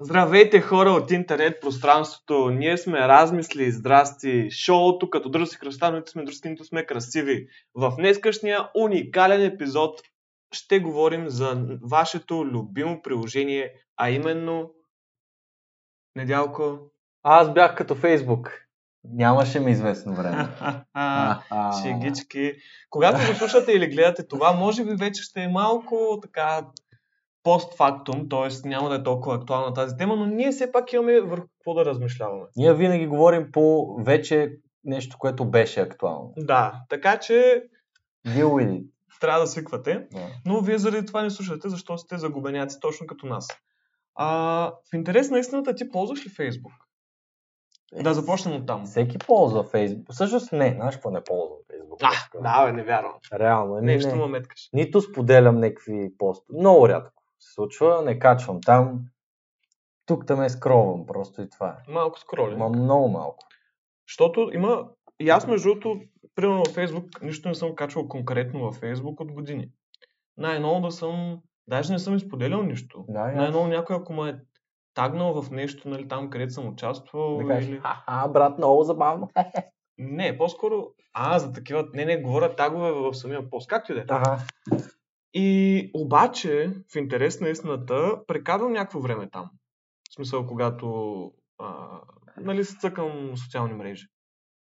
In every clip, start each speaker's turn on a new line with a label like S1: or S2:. S1: Здравейте хора от интернет пространството. Ние сме размисли и здрасти. Шоуто като дърво си кръста, но нито сме други, нито сме красиви. В днескашния уникален епизод ще говорим за вашето любимо приложение, а именно Недялко.
S2: Аз бях като Фейсбук. Нямаше ми известно време. А-а.
S1: Шегички. Когато го слушате или гледате това, може би вече ще е малко така постфактум, т.е. няма да е толкова актуална тази тема, но ние все пак имаме върху какво да размишляваме.
S2: Ние винаги говорим по вече нещо, което беше актуално.
S1: Да, така че
S2: Deal with it.
S1: трябва да свиквате,
S2: Да.
S1: но вие заради това не слушате, защо сте загубеняци точно като нас. А, в интерес на истината, ти ползваш ли Фейсбук? Да започнем от там.
S2: Всеки ползва Фейсбук. Всъщност не, знаеш какво не ползвам Фейсбук.
S1: А, да, бе, не вярвам.
S2: Реално, ами не,
S1: Нещо
S2: не.
S1: ме меткаш.
S2: Нито споделям някакви постове. Много рядко се случва, не качвам там. Тук там е скролвам, просто и това е.
S1: Малко скролинг.
S2: Ма много малко.
S1: Защото има... И аз, между другото, примерно във Фейсбук, нищо не съм качвал конкретно във Фейсбук от години. Най-ново да съм... Даже не съм изподелял нищо.
S2: Да, и аз.
S1: Най-ново някой, ако ме е тагнал в нещо, нали, там, където съм участвал.
S2: Да
S1: или...
S2: кажеш, а, брат, много забавно.
S1: Не, по-скоро... А, за такива... Не, не, говоря тагове в самия пост. Както и да е.
S2: Ага.
S1: И обаче, в интерес на истината, прекарвам някакво време там. В смисъл, когато а, нали, се цъкам социални мрежи.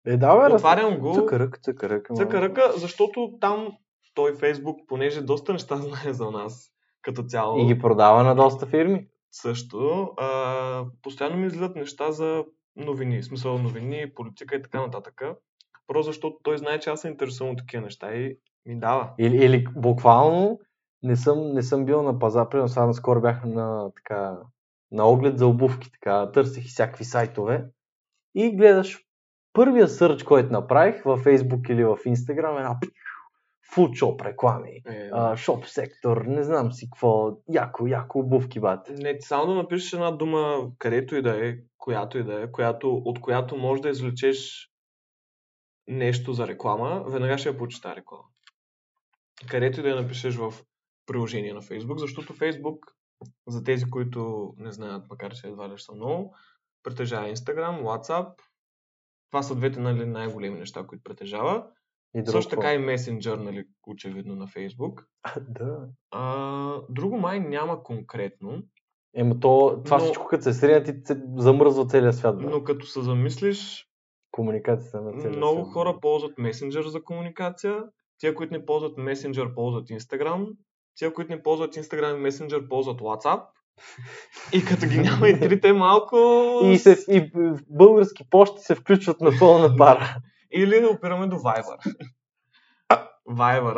S2: Е, да, бе, раз...
S1: Отварям го.
S2: Цъкърък, цъкърък. ама-
S1: Цъка ръка, защото там той Фейсбук, понеже доста неща знае за нас като цяло,
S2: И ги продава на доста фирми.
S1: също, а, постоянно ми излизат неща за новини, в смисъл новини, политика и така нататък. Просто защото той знае, че аз се интересувам от такива неща и ми дава.
S2: Или, или буквално не съм, не съм бил на пазар, примерно сега наскоро бях на, така, на оглед за обувки, така, търсих и всякакви сайтове и гледаш първия сърч, който направих във Facebook или в Instagram, е една пи- фуд шоп реклами,
S1: Е,
S2: а, шоп сектор, не знам си какво, яко, яко обувки, бат.
S1: Не, ти само да напишеш една дума, където и да е, която и да е, която, от която можеш да извлечеш нещо за реклама, веднага ще я получи тази реклама. Където и да я напишеш в приложение на Facebook, защото Facebook, за тези, които не знаят, макар че едва ли ще са много, притежава Instagram, WhatsApp. Това са двете нали, най-големи неща, които притежава.
S2: И друго.
S1: Също така и Messenger, нали, очевидно на Facebook.
S2: Да.
S1: А, друго май няма конкретно.
S2: Ема то, това
S1: Но-
S2: всичко, като се срина, ти се замръзва целия свят. Но...
S1: Но като се замислиш,
S2: Комуникацията на целия
S1: много
S2: свят.
S1: хора ползват месенджер за комуникация. Тия, които не ползват месенджер, ползват Instagram. Тия, които не ползват Instagram и месенджер, ползват WhatsApp. И като ги няма и трите малко...
S2: И, се, и български почти се включват на пълна пара.
S1: Или опираме до Viber. Viber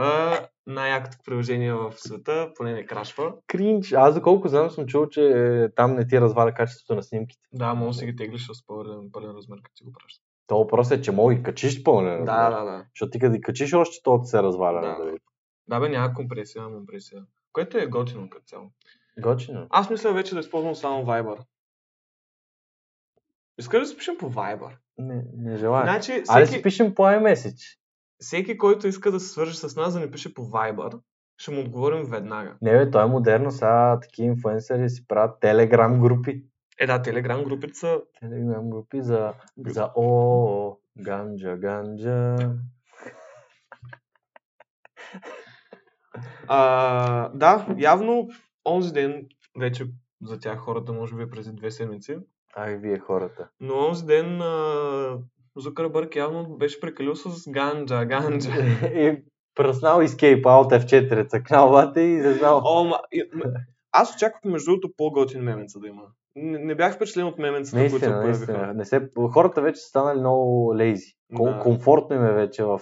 S1: най-якото приложение в света, поне не крашва.
S2: Кринч. Аз доколко знам съм чул, че е, там не ти разваля качеството на снимките.
S1: Да, може да си ги теглиш с пълен, пълен размер, като си го праща.
S2: То въпрос е, че мога ги качиш пълно. нали?
S1: Да, да, да.
S2: Защото ти като ги качиш още, то се разваля. нали?
S1: Да. Да,
S2: Да.
S1: бе, няма компресия, няма компресия. Което е готино като цяло.
S2: Гочино.
S1: Аз мисля вече да използвам само Viber. Искаш да се пишем по Viber?
S2: Не, не желая. Значи,
S1: Значи,
S2: Аре
S1: всеки,
S2: си пишем по iMessage.
S1: всеки, който иска да се свържи с нас, да ни пише по Viber, ще му отговорим веднага.
S2: Не бе, то е модерно. Сега такива инфуенсъри си правят телеграм групи.
S1: Е, да, Телеграм групите са...
S2: Телеграм групи за, за о, ганджа, ганджа.
S1: А, да, явно онзи ден, вече за тях хората, може би преди две седмици,
S2: Ай, вие хората.
S1: но онзи ден а, Зукърбърг явно беше прекалил с ганджа, ганджа.
S2: и пръснал Escape Alt F4, цъкнал бате и се знал.
S1: О, ма, и- м- аз очаквах между другото по-готин меменца да има. Не, не бях впечатлен от меменцата, които се
S2: Наистина,
S1: появиха.
S2: наистина. Не се, хората вече са станали много лейзи. Ком,
S1: Да.
S2: Комфортно им е вече в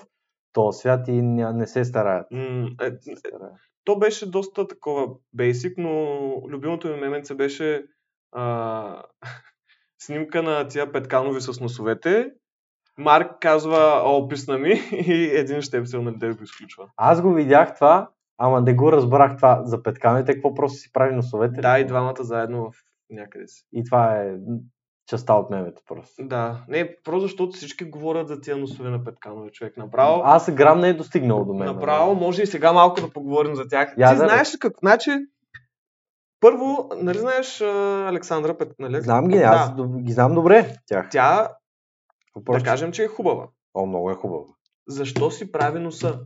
S2: този свят и ня- не се стараят.
S1: М, е,
S2: Не се стараят.
S1: то беше доста такова бейсик, но любимото ми меменце беше а, снимка на тия петканови с носовете. Марк казва, о, писна ми и един щепсел на дете го изключва.
S2: Аз го видях това, ама не го разбрах това за петканите, какво просто си прави носовете.
S1: Да, и двамата заедно в някъде си.
S2: И това е м, частта от мемето просто.
S1: Да, не, просто защото всички говорят за тия носове на петканови човек. Направо,
S2: Аз грам не е достигнал до мен. нали?
S1: направо, може и сега малко да поговорим за тях.
S2: Я
S1: Ти
S2: да бе.
S1: знаеш ли какво? Значи, Първо, нали знаеш а, Александра Пет... Нали?
S2: Знам ги,
S1: Да.
S2: аз доб- ги знам добре тях.
S1: Тя,
S2: Въпрос,
S1: да кажем, че е хубава.
S2: О, много е хубаво.
S1: Защо си прави носа?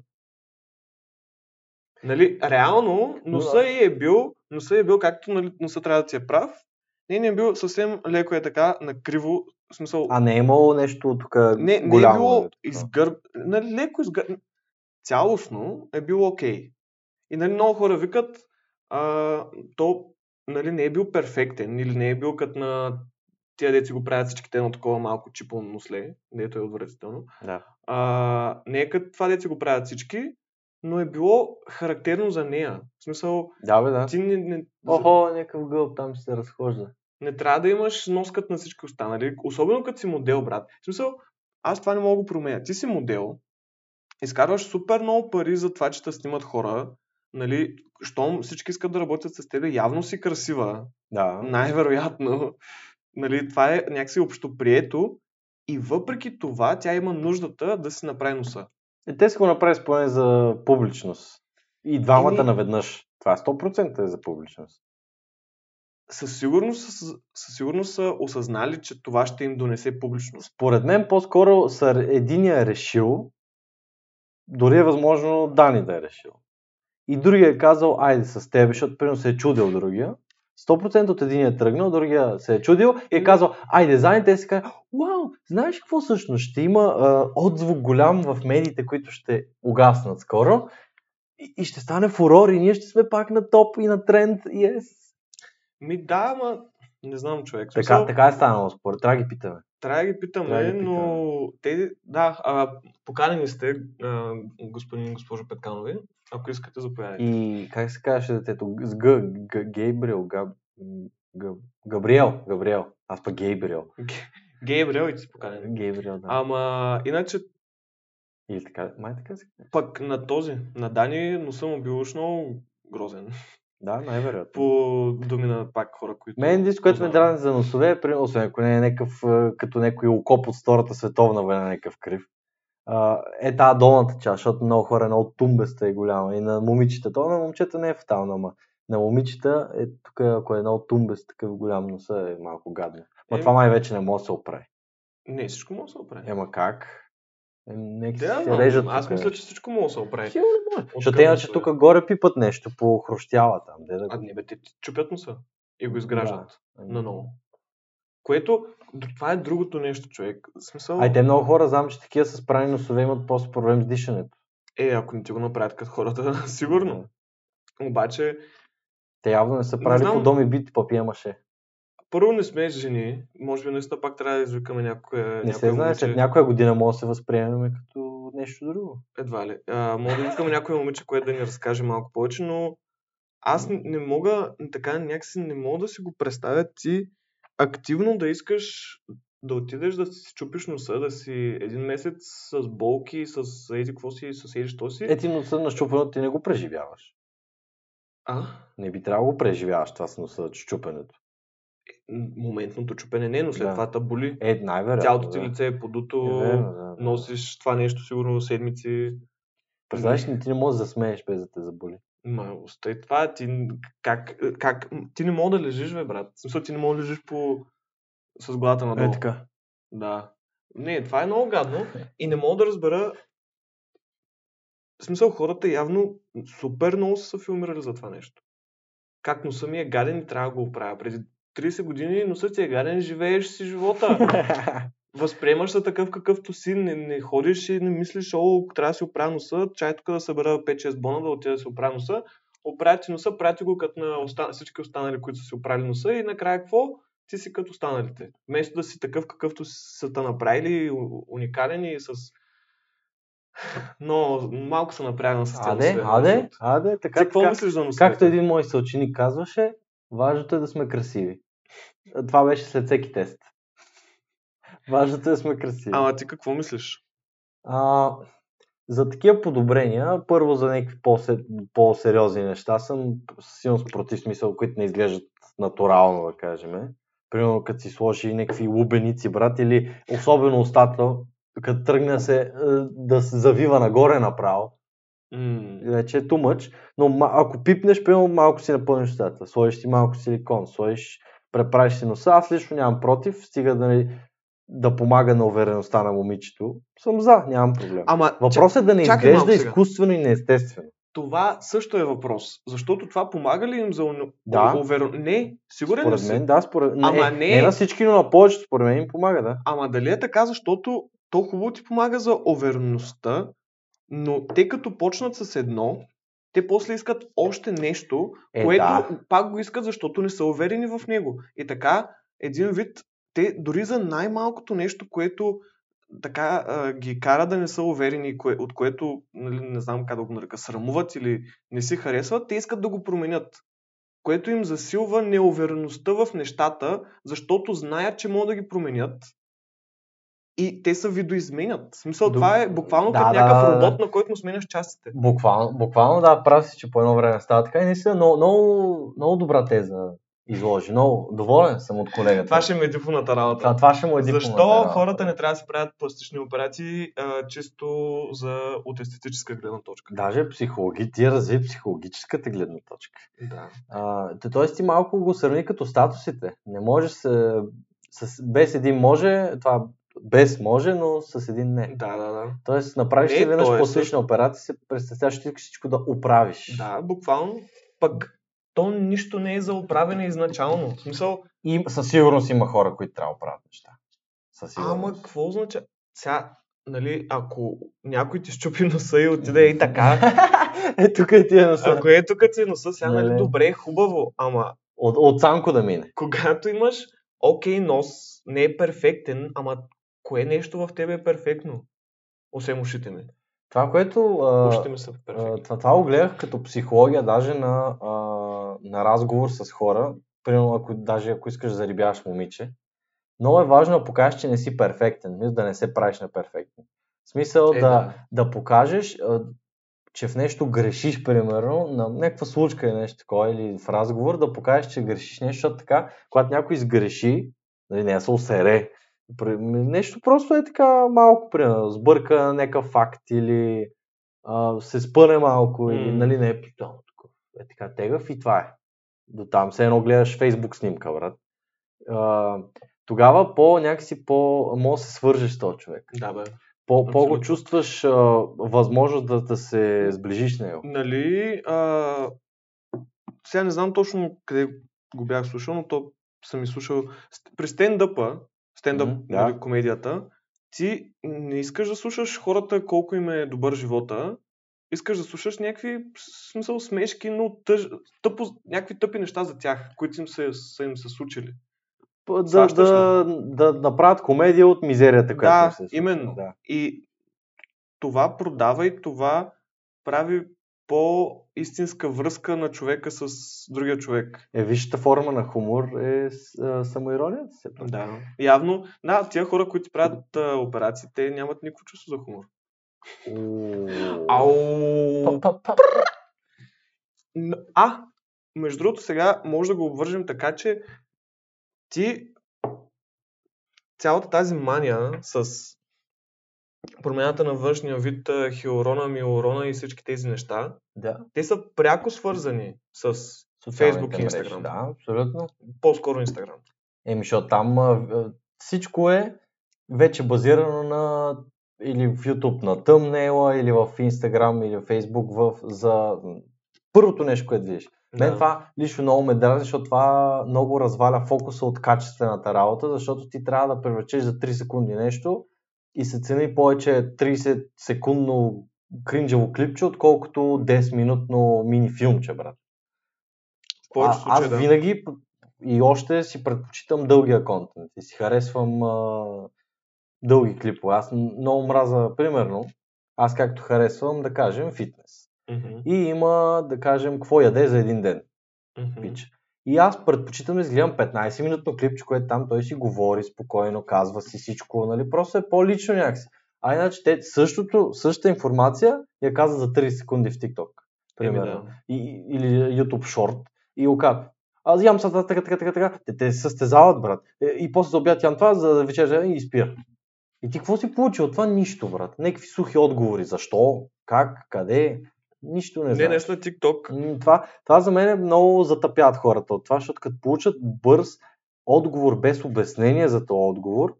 S1: Нали, реално носа и е бил, носа е бил както нали, носа трябва да ти е прав. Не, не е бил съвсем леко е така, накриво, в смисъл,
S2: А не е имало нещо тук
S1: не, не е
S2: голямо.
S1: било
S2: нали, така?
S1: изгърб, нали, леко изгърб, цялостно е било окей. И нали, много хора викат, а, то нали, не е бил перфектен или не е бил като на тия деци го правят всичките едно такова малко чипо носле, дето е отвратително.
S2: Да.
S1: А, не е като това деци го правят всички, но е било характерно за нея. В смисъл,
S2: Да, бе, да.
S1: ти не, не,
S2: Охо, някакъв гълб там ще се разхожда.
S1: не трябва да имаш носкът на всички останали, особено като си модел, брат. В смисъл, аз това не мога да го променя. Ти си модел, изкарваш супер много пари за това, че те снимат хора, нали, щом всички искат да работят с тебе, явно си красива,
S2: Да.
S1: най-вероятно. Нали, това е някакси общо прието и въпреки това тя има нуждата да си направи носа.
S2: Е, те са го направили споене за публичност. И двамата
S1: Еми-
S2: наведнъж. Това 100% е за публичност.
S1: Със сигурност, са- със сигурност са осъзнали, че това ще им донесе публичност.
S2: Според мен по-скоро са единия е решил, дори е възможно Дани да е решил. И другия е казал, айде с теб, защото примерно се е чудил другия. 100% от единия е тръгнал, другия се е чудил и е казал, айде заедно, те си казват, вау, знаеш какво всъщност, ще има а, отзвук голям в медиите, които ще угаснат скоро и, и ще стане фурор и ние ще сме пак на топ и на тренд и е yes.
S1: Ми да, ама не знам човек. В
S2: Така,
S1: смисъл,
S2: така е станало, според трябва да ги питаме.
S1: Трябва да ги питаме,
S2: Трябва да ги
S1: но те, да, а, поканени сте, а, господин и госпожо Петканови, ако искате, заповядайте.
S2: И как се казваше детето? С Г, Г, Гейбриел, Габ, Габ, Габриел, Габриел. Аз пък Гейбриел.
S1: Гейбриел и ти си поканени.
S2: Гейбриел, да.
S1: Ама, иначе,
S2: Или така, май така се казва.
S1: пък на този, на Дани, но съм бил уж много грозен.
S2: Да, най-вероятно.
S1: По думи на пак хора, които...
S2: Мен нещо, което ме
S1: познавам.
S2: дразни за носове, е, примерно, освен ако не е някакъв, е, като някой окоп от Втората световна война, някакъв крив. А, е тази долната част, защото много хора, е много тумбеста е голяма. И на момичета, то на момчета не е фатално, ама на момичета е тук, ако е много тумбест, такъв голям носа е малко гадно. Ма
S1: Е,
S2: това май вече не може да се оправи.
S1: Не, всичко може да се оправи.
S2: Ема как? Е, Нека
S1: Да,
S2: си се
S1: ама,
S2: режат.
S1: аз
S2: тука.
S1: мисля, че всичко може да се оправи.
S2: Хилно не може. Защото
S1: къде
S2: те иначе
S1: са,
S2: тук горе пипат нещо по хрущяла там. Де да... ами.
S1: А не бе, те ти чупят носа и го изграждат
S2: Да.
S1: на ново. Което, д- това е другото нещо, човек. В смисъл...
S2: Ай, те много хора знам, че такива с прани носове имат просто проблем с дишането.
S1: Е, ако не ти го направят като хората, сигурно. Обаче,
S2: Те явно не са
S1: Не
S2: правили
S1: знам.
S2: по доми бит папия маше.
S1: първо не сме жени, може би наистина пак трябва да извикаме някоя.
S2: Не
S1: някоя
S2: се знае,
S1: момиче.
S2: след някоя година може да се възприемем като нещо друго.
S1: Едва ли. А, може да извикаме някоя момиче, което да ни разкаже малко повече, но аз н- не мога, така някакси не мога да си го представя ти активно да искаш да отидеш да си чупиш носа, да си един месец с болки, с еди какво си, с еди що си.
S2: Е, ти носа на щупенето ти не го преживяваш.
S1: А,
S2: Не би трябвало да го преживяваш това с носа, щупенето.
S1: м- моментното чупене не, но след
S2: Да.
S1: това те боли.
S2: Е, най-вероятно.
S1: Цялото ти
S2: да.
S1: лице е подуто.
S2: Е, верно, да, да.
S1: носиш това нещо сигурно седмици.
S2: Представяш ли, ти не можеш да засмееш без да те заболи.
S1: Ма, остай Е, това, ти, как, е, как, ти не мога да лежиш, бе, брат. В смисъл, ти не мога да лежиш по... с главата надолу.
S2: Е, така.
S1: Да. Не, това е много гадно и не мога да разбера... В смисъл, хората явно супер много са се филмирали за това нещо. Как носа ми е гаден и трябва да го оправя. Преди 30 години носът ти е гаден, живееш си живота. възприемаш се такъв какъвто си, не, не ходиш и не мислиш, о, трябва да си оправя носа, чай тук да събера 5-6 бона, да отида да си оправя носа. Оправя ти носа, прати го като на оста... всички останали, които са си оправили носа и накрая какво? Ти си като останалите. Вместо да си такъв какъвто си- са те направили, у- уникален и с... Но малко са направили на състезание.
S2: Аде, аде, аде,
S1: Ти
S2: така,
S1: какво
S2: така.
S1: мислиш за носа?
S2: Както един мой съученик казваше, важното е да сме красиви. Това беше след всеки тест. Важното е да сме красиви.
S1: Ама ти какво мислиш?
S2: А, за такива подобрения, първо за някакви по-се- по-сериозни неща съм силно против смисъл, които не изглеждат натурално, да кажем. Примерно, като си сложи някакви лубеници, брат, или особено устата, като тръгне се е, да се завива нагоре направо.
S1: М,
S2: Иначе е too much, но ма- ако пипнеш, примерно малко си напълниш устата, сложиш ти малко силикон, сложиш, преправиш си носа, аз лично нямам против, стига да, нали, да помага на увереността на момичето, съм за, нямам проблем.
S1: Ама, чак,
S2: Въпросът е да не
S1: чакай малко
S2: изглежда
S1: сега.
S2: изкуствено и неестествено.
S1: това също е въпрос. Защото това помага ли им за уно-
S2: Да.
S1: уверен... Не, сигурен ли
S2: според
S1: си?
S2: мен, да, според мен.
S1: Ама
S2: не,
S1: не-
S2: не на всички, но на повечето, според мен им помага, да.
S1: Ама дали е така, защото то хубаво ти помага за увереността, но те като почнат с едно, те после искат още нещо,
S2: Е,
S1: което
S2: да.
S1: пак го искат, защото не са уверени в него. И така, един вид, те дори за най-малкото нещо, което така а, ги кара да не са уверени, кое, от което, нали, не знам как да го нарека, срамуват или не си харесват, те искат да го променят. Което им засилва неувереността в нещата, защото знаят, че могат да ги променят. И те се видоизменят. В смисъл,
S2: Доб-
S1: това е буквално
S2: Да,
S1: като
S2: да,
S1: някакъв
S2: да, да.
S1: робот, на който му сменяш частите.
S2: Буквално, буквално да, прав си, че по едно време става така и наистина много, много, много добра теза изложи. Много доволен съм от колегата.
S1: Това ще ми е дипломната работа.
S2: това, това ще му е дипломата
S1: Защо
S2: работа.
S1: хората не трябва да се правят пластични операции а, чисто за, от естетическа гледна точка?
S2: Даже психологи, ти разви психологическата гледна точка.
S1: Да.
S2: А, т- тоест ти малко го сравни като статусите. Не може с, с, без един може, това без може, но с един не.
S1: Да, да, да.
S2: Тоест направиш
S1: Не,
S2: ти веднъж
S1: то е
S2: пластична операция, се представяш ти всичко да оправиш.
S1: Да, буквално. Пък то нищо не е за оправяне изначално. В смисъл,
S2: И със сигурност има хора, които трябва да правят неща. Със
S1: ама
S2: сигурност.
S1: какво означава? Сега, нали, ако някой ти щупи носа и отиде и така,
S2: е, тук е тия носа.
S1: ако е тук ти е носа, сега, нали,
S2: Леле.
S1: добре, хубаво, ама
S2: От, от Цанко да мине.
S1: когато имаш окей нос, не е перфектен, ама кое нещо в тебе е перфектно? Освен ушите ми.
S2: Това, което... А,
S1: Ушите ми са
S2: а,
S1: перфектни.
S2: това, това го гледах като психология даже на, а, на разговор с хора. Примерно, ако, даже ако искаш да зарибяваш момиче. Много е важно да покажеш, че не си перфектен. Мисля, да не се правиш на перфектен. В смисъл
S1: Е,
S2: да,
S1: да.
S2: да. покажеш, а, че в нещо грешиш, примерно, на някаква случка или нещо такова, или в разговор, да покажеш, че грешиш нещо, защото така, когато някой сгреши, нали, не се усере, При- нещо просто е така малко, примерно, сбърка някакъв факт или а, се спъне малко, или
S1: М.
S2: нали, не е тотално такъв. Е така тегав и това е. До там, все едно гледаш фейсбук снимка, брат. А, тогава по някакси по може да се свържеш с този човек.
S1: Да, бе.
S2: По, по го
S1: Абсолютно.
S2: чувстваш а, възможност да, да се сближиш с него.
S1: Нали, а... сега не знам точно къде го бях слушал, но то съм изслушал. Ст- При стендъпа, стендъп
S2: Мгм, да.
S1: нали, комедията, ти не искаш да слушаш хората колко им е добър живота, искаш да слушаш някакви, в смисъл, смешки, но тъж, тъпо, някакви тъпи неща за тях, които им се, са им се случили.
S2: П- Да,
S1: Сащаш
S2: да, да направят комедия от мизерията, която
S1: Да,
S2: им се е случила.
S1: именно.
S2: Да.
S1: И това продава и това прави по-истинска връзка на човека с другия човек.
S2: Е, висшата форма на хумор е с- а, самоиронията. Се пак.
S1: Да. Явно, да, тия хора, които си правят а, операции, те нямат никакво чувство за хумор.
S2: Уу.
S1: Ау!
S2: Па- па- па.
S1: Н- А, между другото, сега може да го обвържем така, че ти цялата тази мания с промяната на външния вид, а, хиорона, миорона и всички тези неща,
S2: Да.
S1: те са пряко свързани с
S2: Социалните
S1: Фейсбук и
S2: мрежи,
S1: Инстаграм.
S2: Да, абсолютно.
S1: по-скоро Инстаграм.
S2: Еми, защото там а, а, всичко е вече базирано на или в YouTube на тъмнела, или в Instagram, или в Facebook в, за първото нещо, което видиш. Мен
S1: Да.
S2: това лично много ме дразни, защото това много разваля фокуса от качествената работа, защото ти трябва да превръчеш за 3 секунди нещо и се цени повече 30 секундно кринджево клипче, отколкото 10-минутно мини филмче, брат.
S1: В повече
S2: а, аз
S1: случаи, да.
S2: винаги п- и още си предпочитам дългия контент и си харесвам а, дълги клипове. Аз м- много мраза, примерно, аз както харесвам, да кажем, фитнес.
S1: Мгм,
S2: И има, да кажем, какво яде за един ден
S1: мгм.
S2: пич. И аз предпочитам да изгледам 15-минутно клипче, което там той си говори спокойно, казва си всичко, нали? Просто е по-лично някакси. А иначе те същото, същата информация я казват за 30 секунди в TikTok.
S1: Еми,
S2: Примерно.
S1: да.
S2: и, или YouTube Short. И ока. Аз ям сега така, така, така, така. Те, те се състезават, брат. Е, И после за обяд ям това, за вечеря и спир. И ти какво си получил от това? Нищо, брат. Некви сухи отговори. Защо? Как? Къде? Нищо не
S1: Не,
S2: знаеш.
S1: не след TikTok.
S2: М, Това, това за мен е много затъпят хората от това, защото като получат бърз отговор без обяснение за този отговор,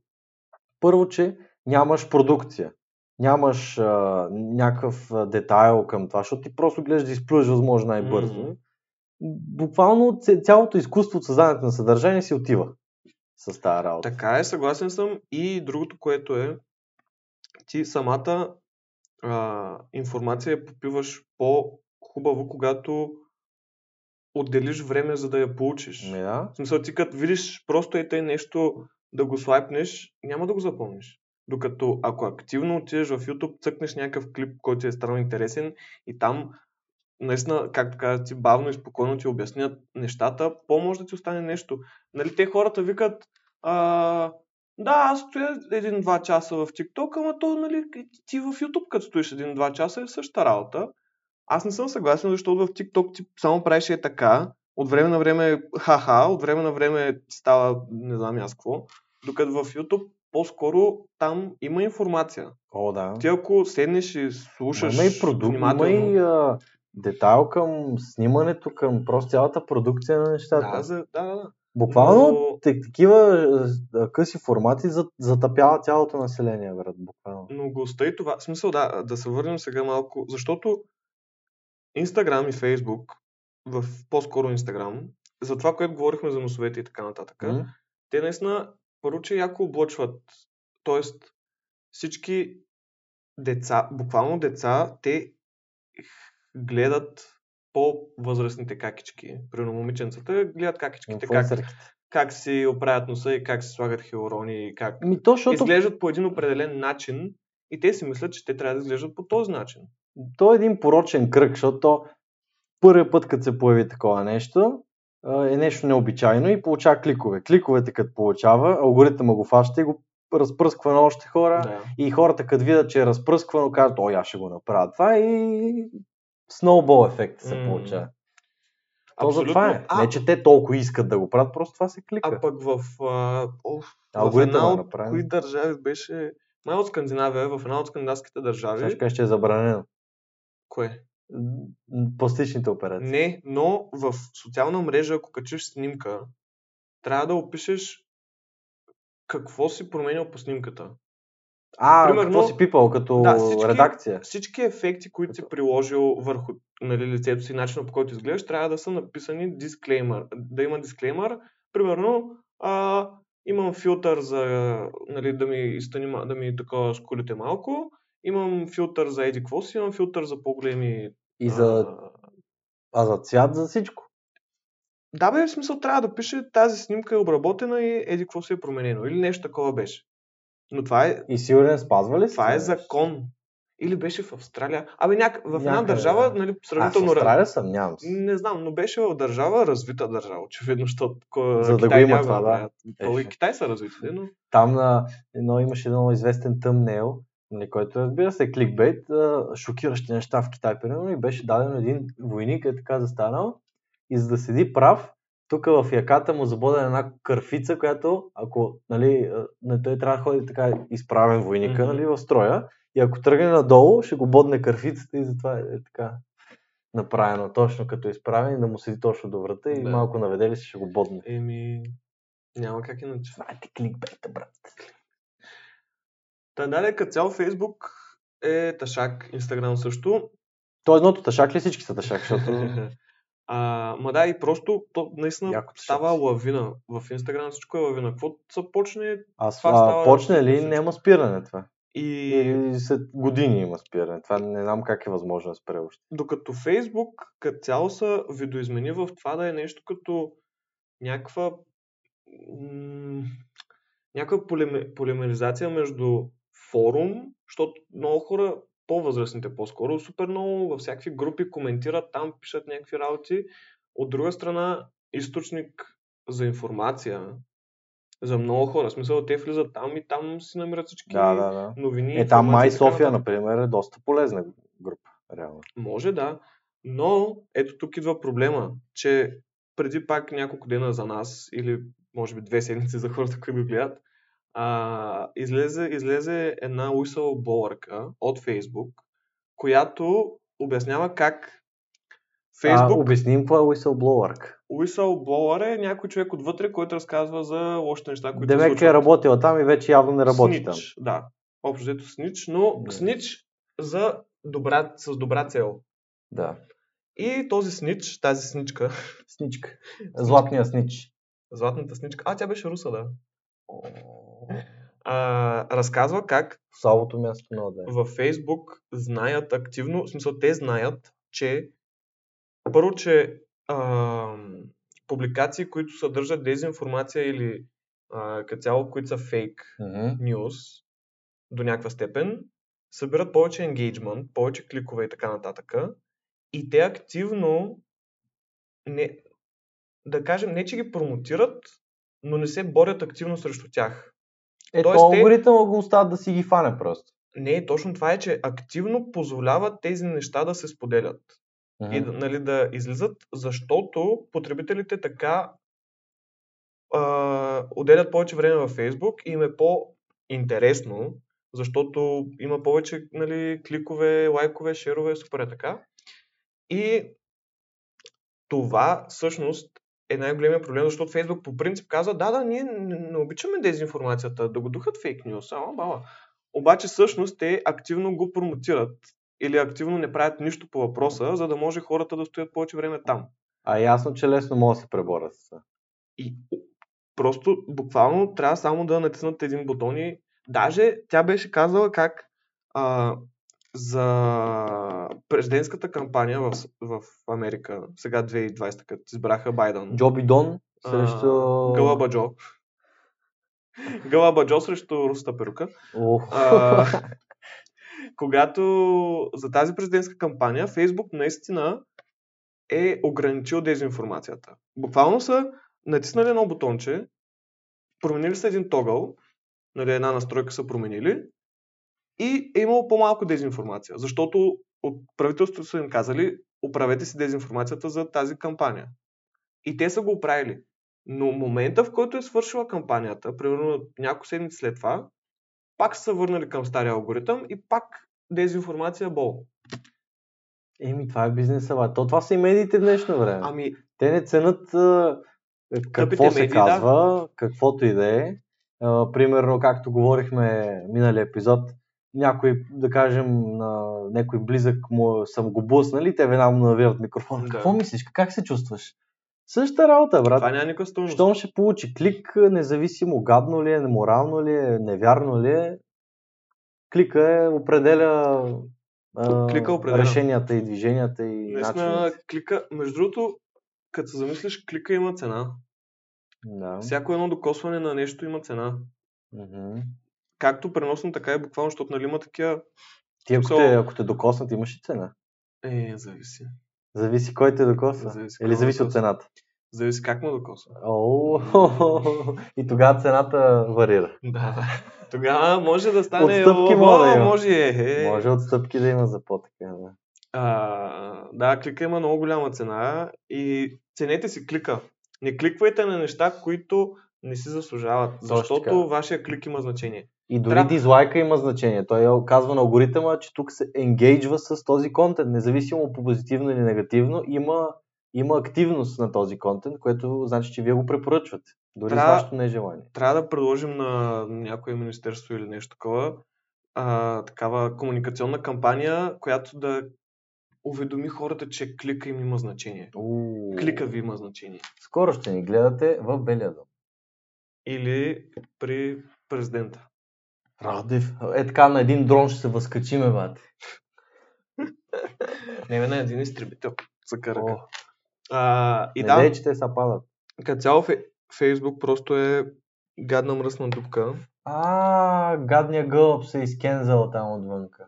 S2: първо, че нямаш продукция, нямаш а, някакъв а, детайл към това, защото ти просто гледаш да изплюеш възможно най-бързо.
S1: Мгм.
S2: Буквално ц- цялото изкуство от създаването на съдържание си отива с тази работа.
S1: Така е, съгласен съм. И другото, което е, ти самата а, информация я попиваш по-хубаво, когато отделиш време, за да я получиш.
S2: Ами Да.
S1: В смисъл, ти като видиш просто е тъй нещо да го слайпнеш, няма да го запомниш. Докато ако активно отидеш в YouTube, цъкнеш някакъв клип, който ти е странно интересен и там наистина, както казах ти, бавно и спокойно ти обяснят нещата, по-може да ти остане нещо. Нали, те хората викат, а, да, аз стоя един-два часа в TikTok, ама то, нали, ти в YouTube, като стоиш един-два часа е същата работа. Аз не съм съгласен, защото в TikTok ти само правиш е така, от време на време ха-ха, от време на време ти става не знам аз какво, докато в YouTube по-скоро там има информация.
S2: О, да.
S1: Ти ако седнеш и слушаш
S2: Има и продукт, има
S1: внимателно,
S2: и а, детайл към снимането, към просто цялата продукция на нещата.
S1: да, за, да, да, да.
S2: Буквално
S1: Но-
S2: так- такива а, къси формати за- затъпява цялото население, брат. Буквално.
S1: Но го и това. В смисъл, да, да се върнем сега малко, защото Instagram и Facebook, в по-скоро Instagram, за това, което говорихме за носовете и така нататък,
S2: М?
S1: те наистина първо, че яко облъчват. Тоест, всички деца, буквално деца, те гледат по-възрастните какички. Примерно момиченцата гледат какичките, как,
S2: Инфлуенсърките.
S1: как си оправят носа и как си слагат хиалурони и как
S2: Ми Ами то, защото
S1: изглеждат по един определен начин и те си мислят, че те трябва да изглеждат по този начин.
S2: то е един порочен кръг, защото то първият път, като се появи такова нещо, а, е нещо необичайно и получава кликове. Кликовете, като получава, алгоритъма го фаща и го разпръсква на още хора.
S1: Да.
S2: И хората, като видят, че е разпръсквано, казват, ой, аз ще го направя това и сноубол ефект се
S1: М.
S2: получава. То за това е.
S1: А,
S2: Не, че те толкова искат да го правят, просто това се клика.
S1: а пък в, а, оф, в
S2: Алгоритъма
S1: една
S2: е
S1: от
S2: направен.
S1: кои държави беше... Май от Скандинавия, в една от скандинавските
S2: Сега
S1: държави.
S2: ще кажеш, че е забранено.
S1: Кое?
S2: М, Пластичните операции.
S1: Не, но в социална мрежа, ако качиш снимка, трябва да опишеш какво си променял по снимката.
S2: А,
S1: примерно-
S2: какво си пипал като
S1: Да, всички-
S2: редакция?
S1: Всички ефекти, които си приложил върху нали, лицето си, начина по който изглеждаш, трябва да са написани дисклеймър. Да има дисклеймър, примерно, а, имам филтър за нали, да ми, изтъни, ма- да ми такова с колите малко, имам филтър за еди какво си, имам филтър за по-големи...
S2: И за,
S1: а,
S2: а за цвят, за всичко.
S1: Да бе, в смисъл трябва да пише тази снимка е обработена и еди какво си е променено. Или нещо такова беше. Но това е,
S2: И сигурен спазва ли се?
S1: това е
S2: нещо?
S1: закон. Или беше в Австралия. Абе, няк... в една
S2: Някъде,
S1: държава,
S2: да.
S1: нали,
S2: А, в
S1: сравнително... ра-
S2: Австралия съмнявам се.
S1: Не знам, но беше в държава, развита държава, очевидно, защото ко-
S2: За да
S1: Китай
S2: го има
S1: няма
S2: това, да.
S1: направят. То и
S2: Е,
S1: Китай са развити, но
S2: Там на едно имаше един много известен тъмнел, нали, който разбира се е кликбейт, а, шокиращи неща в Китай, примерно, и беше даден един войник, е така застанал, и за да седи прав, тук в яката му забодена една кърфица, която, ако, нали, а, на той трябва да ходи така изправен войника,
S1: Мгм.
S2: нали, в строя, и ако тръгне надолу, ще го бодне кърфицата и затова е така направено, точно като е изправен, и да му седи точно до врата и
S1: Да.
S2: малко наведели се ще го бодне.
S1: еми, няма как иначе.
S2: Това е ти кликбейта, брат.
S1: Та далее, като цял Фейсбук е ташак, Инстаграм също.
S2: То е едното тъшак ли всички са тъшак, защото
S1: а, ма да, и просто то наистина
S2: Яко пишат.
S1: става лавина. В Инстаграм всичко е лавина. Какво се почне
S2: Аз
S1: Това
S2: това
S1: става
S2: а, почне ли,
S1: всичко.
S2: няма спиране това.
S1: и...
S2: И след години има спиране. Това не знам как е възможно да спре още.
S1: Докато Фейсбук като цяло се видоизмени в това да е нещо като някаква, м, някаква полеме- полимеризация между форум, защото много хора, по-възрастните по-скоро, супер много във всякакви групи коментират, там пишат някакви работи. От друга страна, източник за информация за много хора. В смисъл, те влизат там и там си намират всички
S2: Да, да, да.
S1: новини.
S2: Е, там
S1: информация и
S2: Май
S1: така
S2: София,
S1: нататък.
S2: например, е доста полезна група. Реално.
S1: Може да, но ето тук идва проблема, че преди пак няколко дена за нас, или може би две седмици за хората, които го гледат, а, излезе, излезе една whistleblowerка от Фейсбук, която обяснява как
S2: А,
S1: Facebook
S2: обясни им какво е whistleblower.
S1: whistleblower е някой човек отвътре, който разказва за лошите неща, които се
S2: Демек
S1: случват.
S2: е работила там и вече явно не работи там.
S1: Снич, да. Общо взето снич, но
S2: Да.
S1: снич за добра, с добра цел.
S2: Да.
S1: И този снич, тази сничка,
S2: Сничка. Златния снич.
S1: златната сничка, а тя беше руса, да. А, разказва как
S2: Слабото място на да е.
S1: във Фейсбук знаят активно, в смисъл те знаят, че първо, че а, публикации, които съдържат дезинформация или а, като цяло, които са фейк
S2: Мгм.
S1: нюз до някаква степен, събират повече енгейджмент, повече кликове и така нататък. И те активно, не, да кажем, не че ги промотират, но не се борят активно срещу тях.
S2: Е,
S1: Тоест
S2: то
S1: те-
S2: алгоритъма го остават да си ги фане просто.
S1: Не, точно това е, че активно позволяват тези неща да се споделят
S2: Мгм.
S1: и да- нали, да излизат, защото потребителите така а, отделят повече време във Facebook и им е по-интересно, защото има повече нали, кликове, лайкове, шерове, супер е така. И това всъщност е най-големия проблем, защото Фейсбук по принцип казва, да, да, ние не не обичаме дезинформацията, да го духат фейк нюс, ама баба. Обаче всъщност те активно го промотират или активно не правят нищо по въпроса, за да може хората да стоят повече време там.
S2: А е ясно, че лесно мога да се преборя с това.
S1: И просто буквално трябва само да натиснат един бутон и даже тя беше казала как а, за президентската кампания в, С- в Америка, сега 2020, като избраха Байден.
S2: Джо Бидон
S1: а,
S2: срещу...
S1: Гълъбаджо. Гълъбаджо срещу русата перука.
S2: Ох.
S1: А, когато за тази президентска кампания Фейсбук наистина е ограничил дезинформацията. Буквално са натиснали едно бутонче, променили са един тогъл, нали, една настройка са променили и е имало по-малко дезинформация, защото от правителството са им казали оправете си дезинформацията за тази кампания. И те са го оправили. Но момента, в който е свършила кампанията, примерно няколко седмици след това, пак са се върнали към стария алгоритъм и пак дезинформация е бол.
S2: Еми, това е бизнеса, бе. То това са и медиите в днешно време.
S1: Ами,
S2: Те не ценят а, какво се
S1: медии, да.
S2: казва, каквото и да е. А, примерно, както говорихме миналия епизод, някой, да кажем, на някой близък му съм го блъснали, те веднага му навират микрофона.
S1: Да.
S2: Какво мислиш? Как се чувстваш? Същата работа, брат.
S1: това няма никаква стойност.
S2: Щом ще получи клик, е, независимо гадно ли е, неморално ли е, невярно ли е, клика е, определя, а,
S1: Клика определя.
S2: решенията и движенията и
S1: Наистина,
S2: начините.
S1: клика, между другото, като се замислиш, клика има цена.
S2: Да.
S1: Всяко едно докосване на нещо има цена.
S2: Мгм.
S1: Както преносно, така и буквално, защото нали има такива...
S2: Ти ако
S1: Смисъл-
S2: те, ако те докоснат, имаш и цена.
S1: Е, зависи.
S2: Зависи кой те докосва.
S1: Зависи кой
S2: Или зависи от
S1: докосва.
S2: цената.
S1: Зависи как му докосва.
S2: Оу, и тогава цената варира.
S1: Да, да. Тогава може да стане...
S2: Отстъпки
S1: о,
S2: може да
S1: о,
S2: има.
S1: може, е, е.
S2: Може отстъпки да има за по-така. Да.
S1: А, да, клика има много голяма цена и ценете си клика. Не кликвайте на неща, които не си заслужават,
S2: Точно
S1: защото
S2: така.
S1: вашия клик има значение.
S2: И дори
S1: Трябва-
S2: дизлайка има значение. Той е казва на алгоритъма, че тук се енгейджва с този контент. Независимо по позитивно или негативно, има, има активност на този контент, което значи, че вие го препоръчвате. Дори
S1: Трябва-
S2: с вашето нежелание.
S1: Трябва да предложим на някое министерство или нещо такова а, такава комуникационна кампания, която да уведоми хората, че клика им има значение.
S2: Уу.
S1: Клика ви има значение.
S2: Скоро ще ни гледате в Белия дом.
S1: Или при президента.
S2: Радев. Е така, на един дрон ще се възкачиме, бате.
S1: Не, бе, на един изтребител. За
S2: О,
S1: кръка. А, и
S2: не
S1: да,
S2: дей, че те са падат.
S1: Като цяло Фе- Фейсбук просто е гадна мръсна дупка.
S2: А, гадния гълъб се е изкензал там отвънка.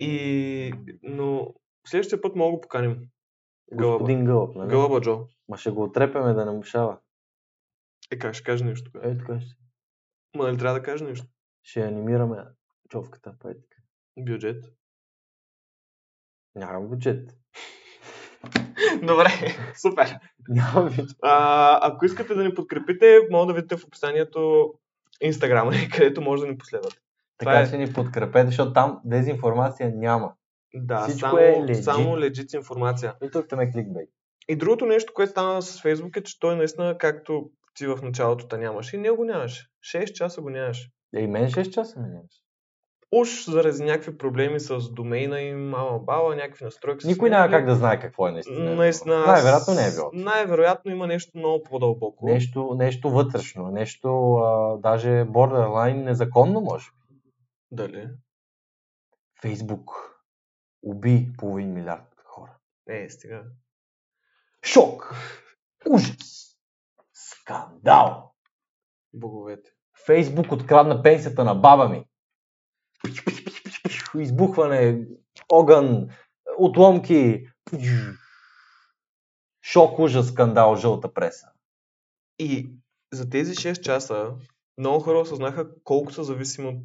S1: И... Но следващия път мога да го поканим. Гълъба.
S2: Господин гълъб, нали?
S1: Гълъба Джо.
S2: Ма ще го отрепеме да не мушава.
S1: Е, как ще кажеш нещо? тогава?
S2: Ей така ще.
S1: Ма нали трябва да кажеш нещо?
S2: Ще анимираме човката. па е така.
S1: Бюджет.
S2: Нямам бюджет.
S1: Добре, супер.
S2: Нямам бюджет.
S1: А, ако искате да ни подкрепите, мога да видите в описанието Инстаграма, където може да ни последвате. Това
S2: Така
S1: е.
S2: че ни подкрепете, защото там дезинформация няма.
S1: Да,
S2: Всичко
S1: само,
S2: е legit.
S1: само legit информация.
S2: И тук те ме кликбейт.
S1: И другото нещо, което стана с Фейсбук е, че той наистина, както ти в началото та нямаше, и не го нямаше. 6 часа го нямаше.
S2: Е, и мен 6 часа ми нямаше.
S1: Уж заради някакви проблеми с домейна и мама баба, някакви настройки. са
S2: Никой няма
S1: сменяли.
S2: как да знае какво е наистина.
S1: Наистина. аз-
S2: Най-вероятно не е било.
S1: Най-вероятно има нещо много по-дълбоко.
S2: Нещо, нещо вътрешно, нещо а, даже borderline незаконно може. би.
S1: Дали?
S2: Фейсбук уби половин милиард хора.
S1: Не, Е, стига.
S2: Шок! Ужас! Скандал!
S1: Боговете.
S2: Фейсбук открадна пенсията на баба ми. Пиш, пиш, пиш, пиш, пиш, Избухване, огън, отломки. Шок, ужас, скандал, жълта преса.
S1: И за тези 6 часа много хора осъзнаха колко са зависими от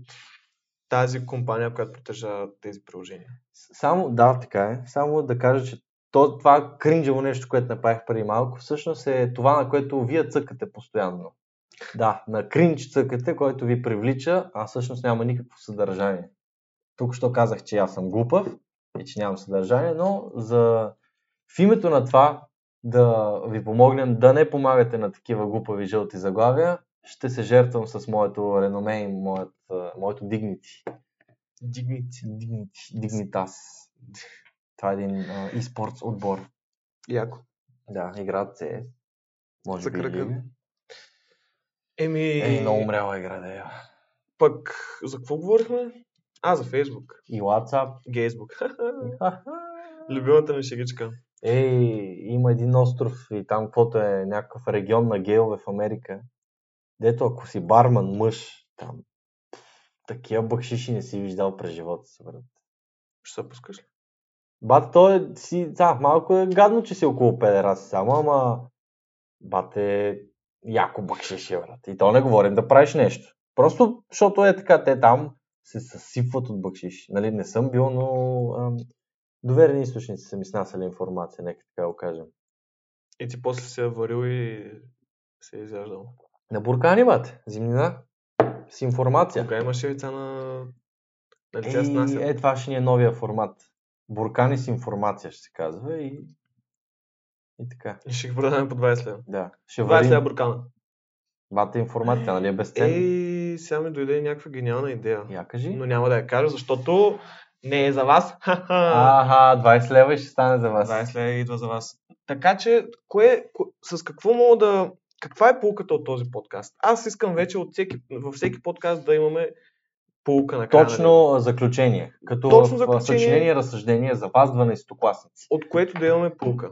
S1: тази компания, която притежава тези приложения.
S2: Само, да, така е. Само да кажа, че то, това кринджево нещо, което направих преди малко, всъщност е това, на което вие цъкате постоянно. Да, на кринч цъкате, който ви привлича, а всъщност няма никакво съдържание. Тук що казах, че аз съм глупав и че нямам съдържание, но за... в името на това да ви помогнем да не помагате на такива глупави жълти заглавия, ще се жертвам с моето реноме и моят, а, моето дигнити.
S1: Дигнити.
S2: Дигнит- Дигнитас. Това е един а, e-sports отбор.
S1: Яко.
S2: Да, играят се. Може
S1: За
S2: би.
S1: кръга.
S2: лига.
S1: Еми,
S2: Е, много умряла игра, да е.
S1: пък за какво говорихме? А, за Фейсбук.
S2: И WhatsApp.
S1: Гейсбук.
S2: Аха.
S1: Любимата ми шегичка.
S2: Ей, има един остров и там каквото е някакъв регион на геове в Америка. Дето ако си барман, мъж, там пф, такива бакшиши не си виждал през живота си, брат.
S1: Ще се пускаш ли?
S2: Бат, той е си, да, малко е гадно, че си около педераси само, ама бат е яко бакшиш, е, брат. И то не говорим да правиш нещо. Просто, защото е така, те там се съсипват от бакшиш. Нали, не съм бил, но ам, доверени източници са ми снасяли информация, нека така го кажем.
S1: И ти после се е варил и се е изяждал.
S2: На буркани, бат, зимнина, с информация.
S1: Кога имаше лица на... на лица с нас?
S2: Е, е, това ще ни е новия формат. Буркани с информация, ще се казва и, и така.
S1: И ще ги продадем по 20 лева.
S2: Да, ще
S1: 20
S2: варим
S1: лева буркана.
S2: Бата информацията, нали е безценна?
S1: Ей, сега ми дойде някаква гениална идея.
S2: Я кажи.
S1: Но няма да я кажа, защото не е за вас. Ха-ха.
S2: Аха, 20 лева и ще стане за вас.
S1: 20 лева идва за вас. Така че, кое, ко- с какво мога да... Каква е полуката от този подкаст? Аз искам вече от всеки, във всеки подкаст да имаме нали? полука на края. на него.
S2: Точно а, заключение. Като
S1: Точно
S2: в а,
S1: заключение.
S2: съчинение, разсъждение за вас 12-класници.
S1: От което да имаме полука.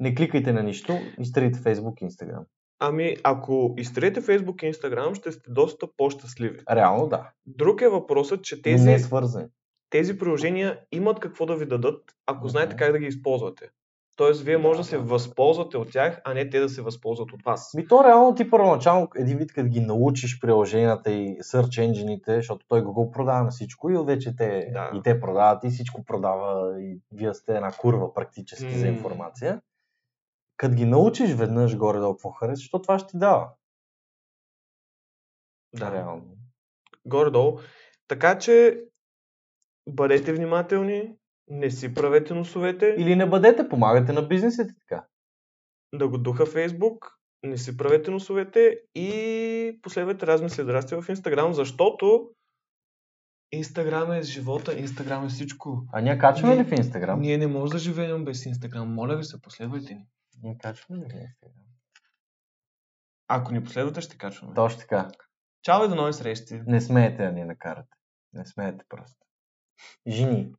S2: Не кликайте на нищо, изтрите Facebook и Instagram.
S1: Ами, ако изтриете Facebook и Instagram, ще сте доста по-щастливи.
S2: Реално да.
S1: Друг е въпросът, че
S2: Тези...
S1: тези...
S2: Не е свързани.
S1: тези приложения имат какво да ви дадат, ако знаете
S2: Мгм.
S1: как да ги използвате. Тоест, вие може
S2: Да,
S1: да се
S2: да.
S1: възползвате от тях, а не те да се възползват от вас.
S2: Ми то реално ти първоначално един вид като ги научиш приложенията и search енджините, защото той Google продава на всичко и вече те,
S1: Да.
S2: и те продават и всичко продава и вие сте една курва практически за
S1: М.
S2: информация. Като ги научиш веднъж горе-долу какво харесва, защото това ще ти дава. Реално.
S1: Горе-долу. Така че, бъдете внимателни, не си правете носовете,
S2: Или не бъдете, помагате на бизнесите така.
S1: да го духа Facebook, не си правете носовете и последвайте размисли здрасти в Instagram, защото Instagram е живота, Instagram е всичко.
S2: А ние качваме
S1: Ние-
S2: ли в Инстаграм?
S1: Ние не можем да живеем без Instagram. Моля ви се, последвайте ни.
S2: Ние качваме ли в Инстаграм?
S1: Ако ни последвате, ще качваме.
S2: Точно така.
S1: Чао и до нови срещи!
S2: Не смеете да ни накарате. Не смеете просто. Жени,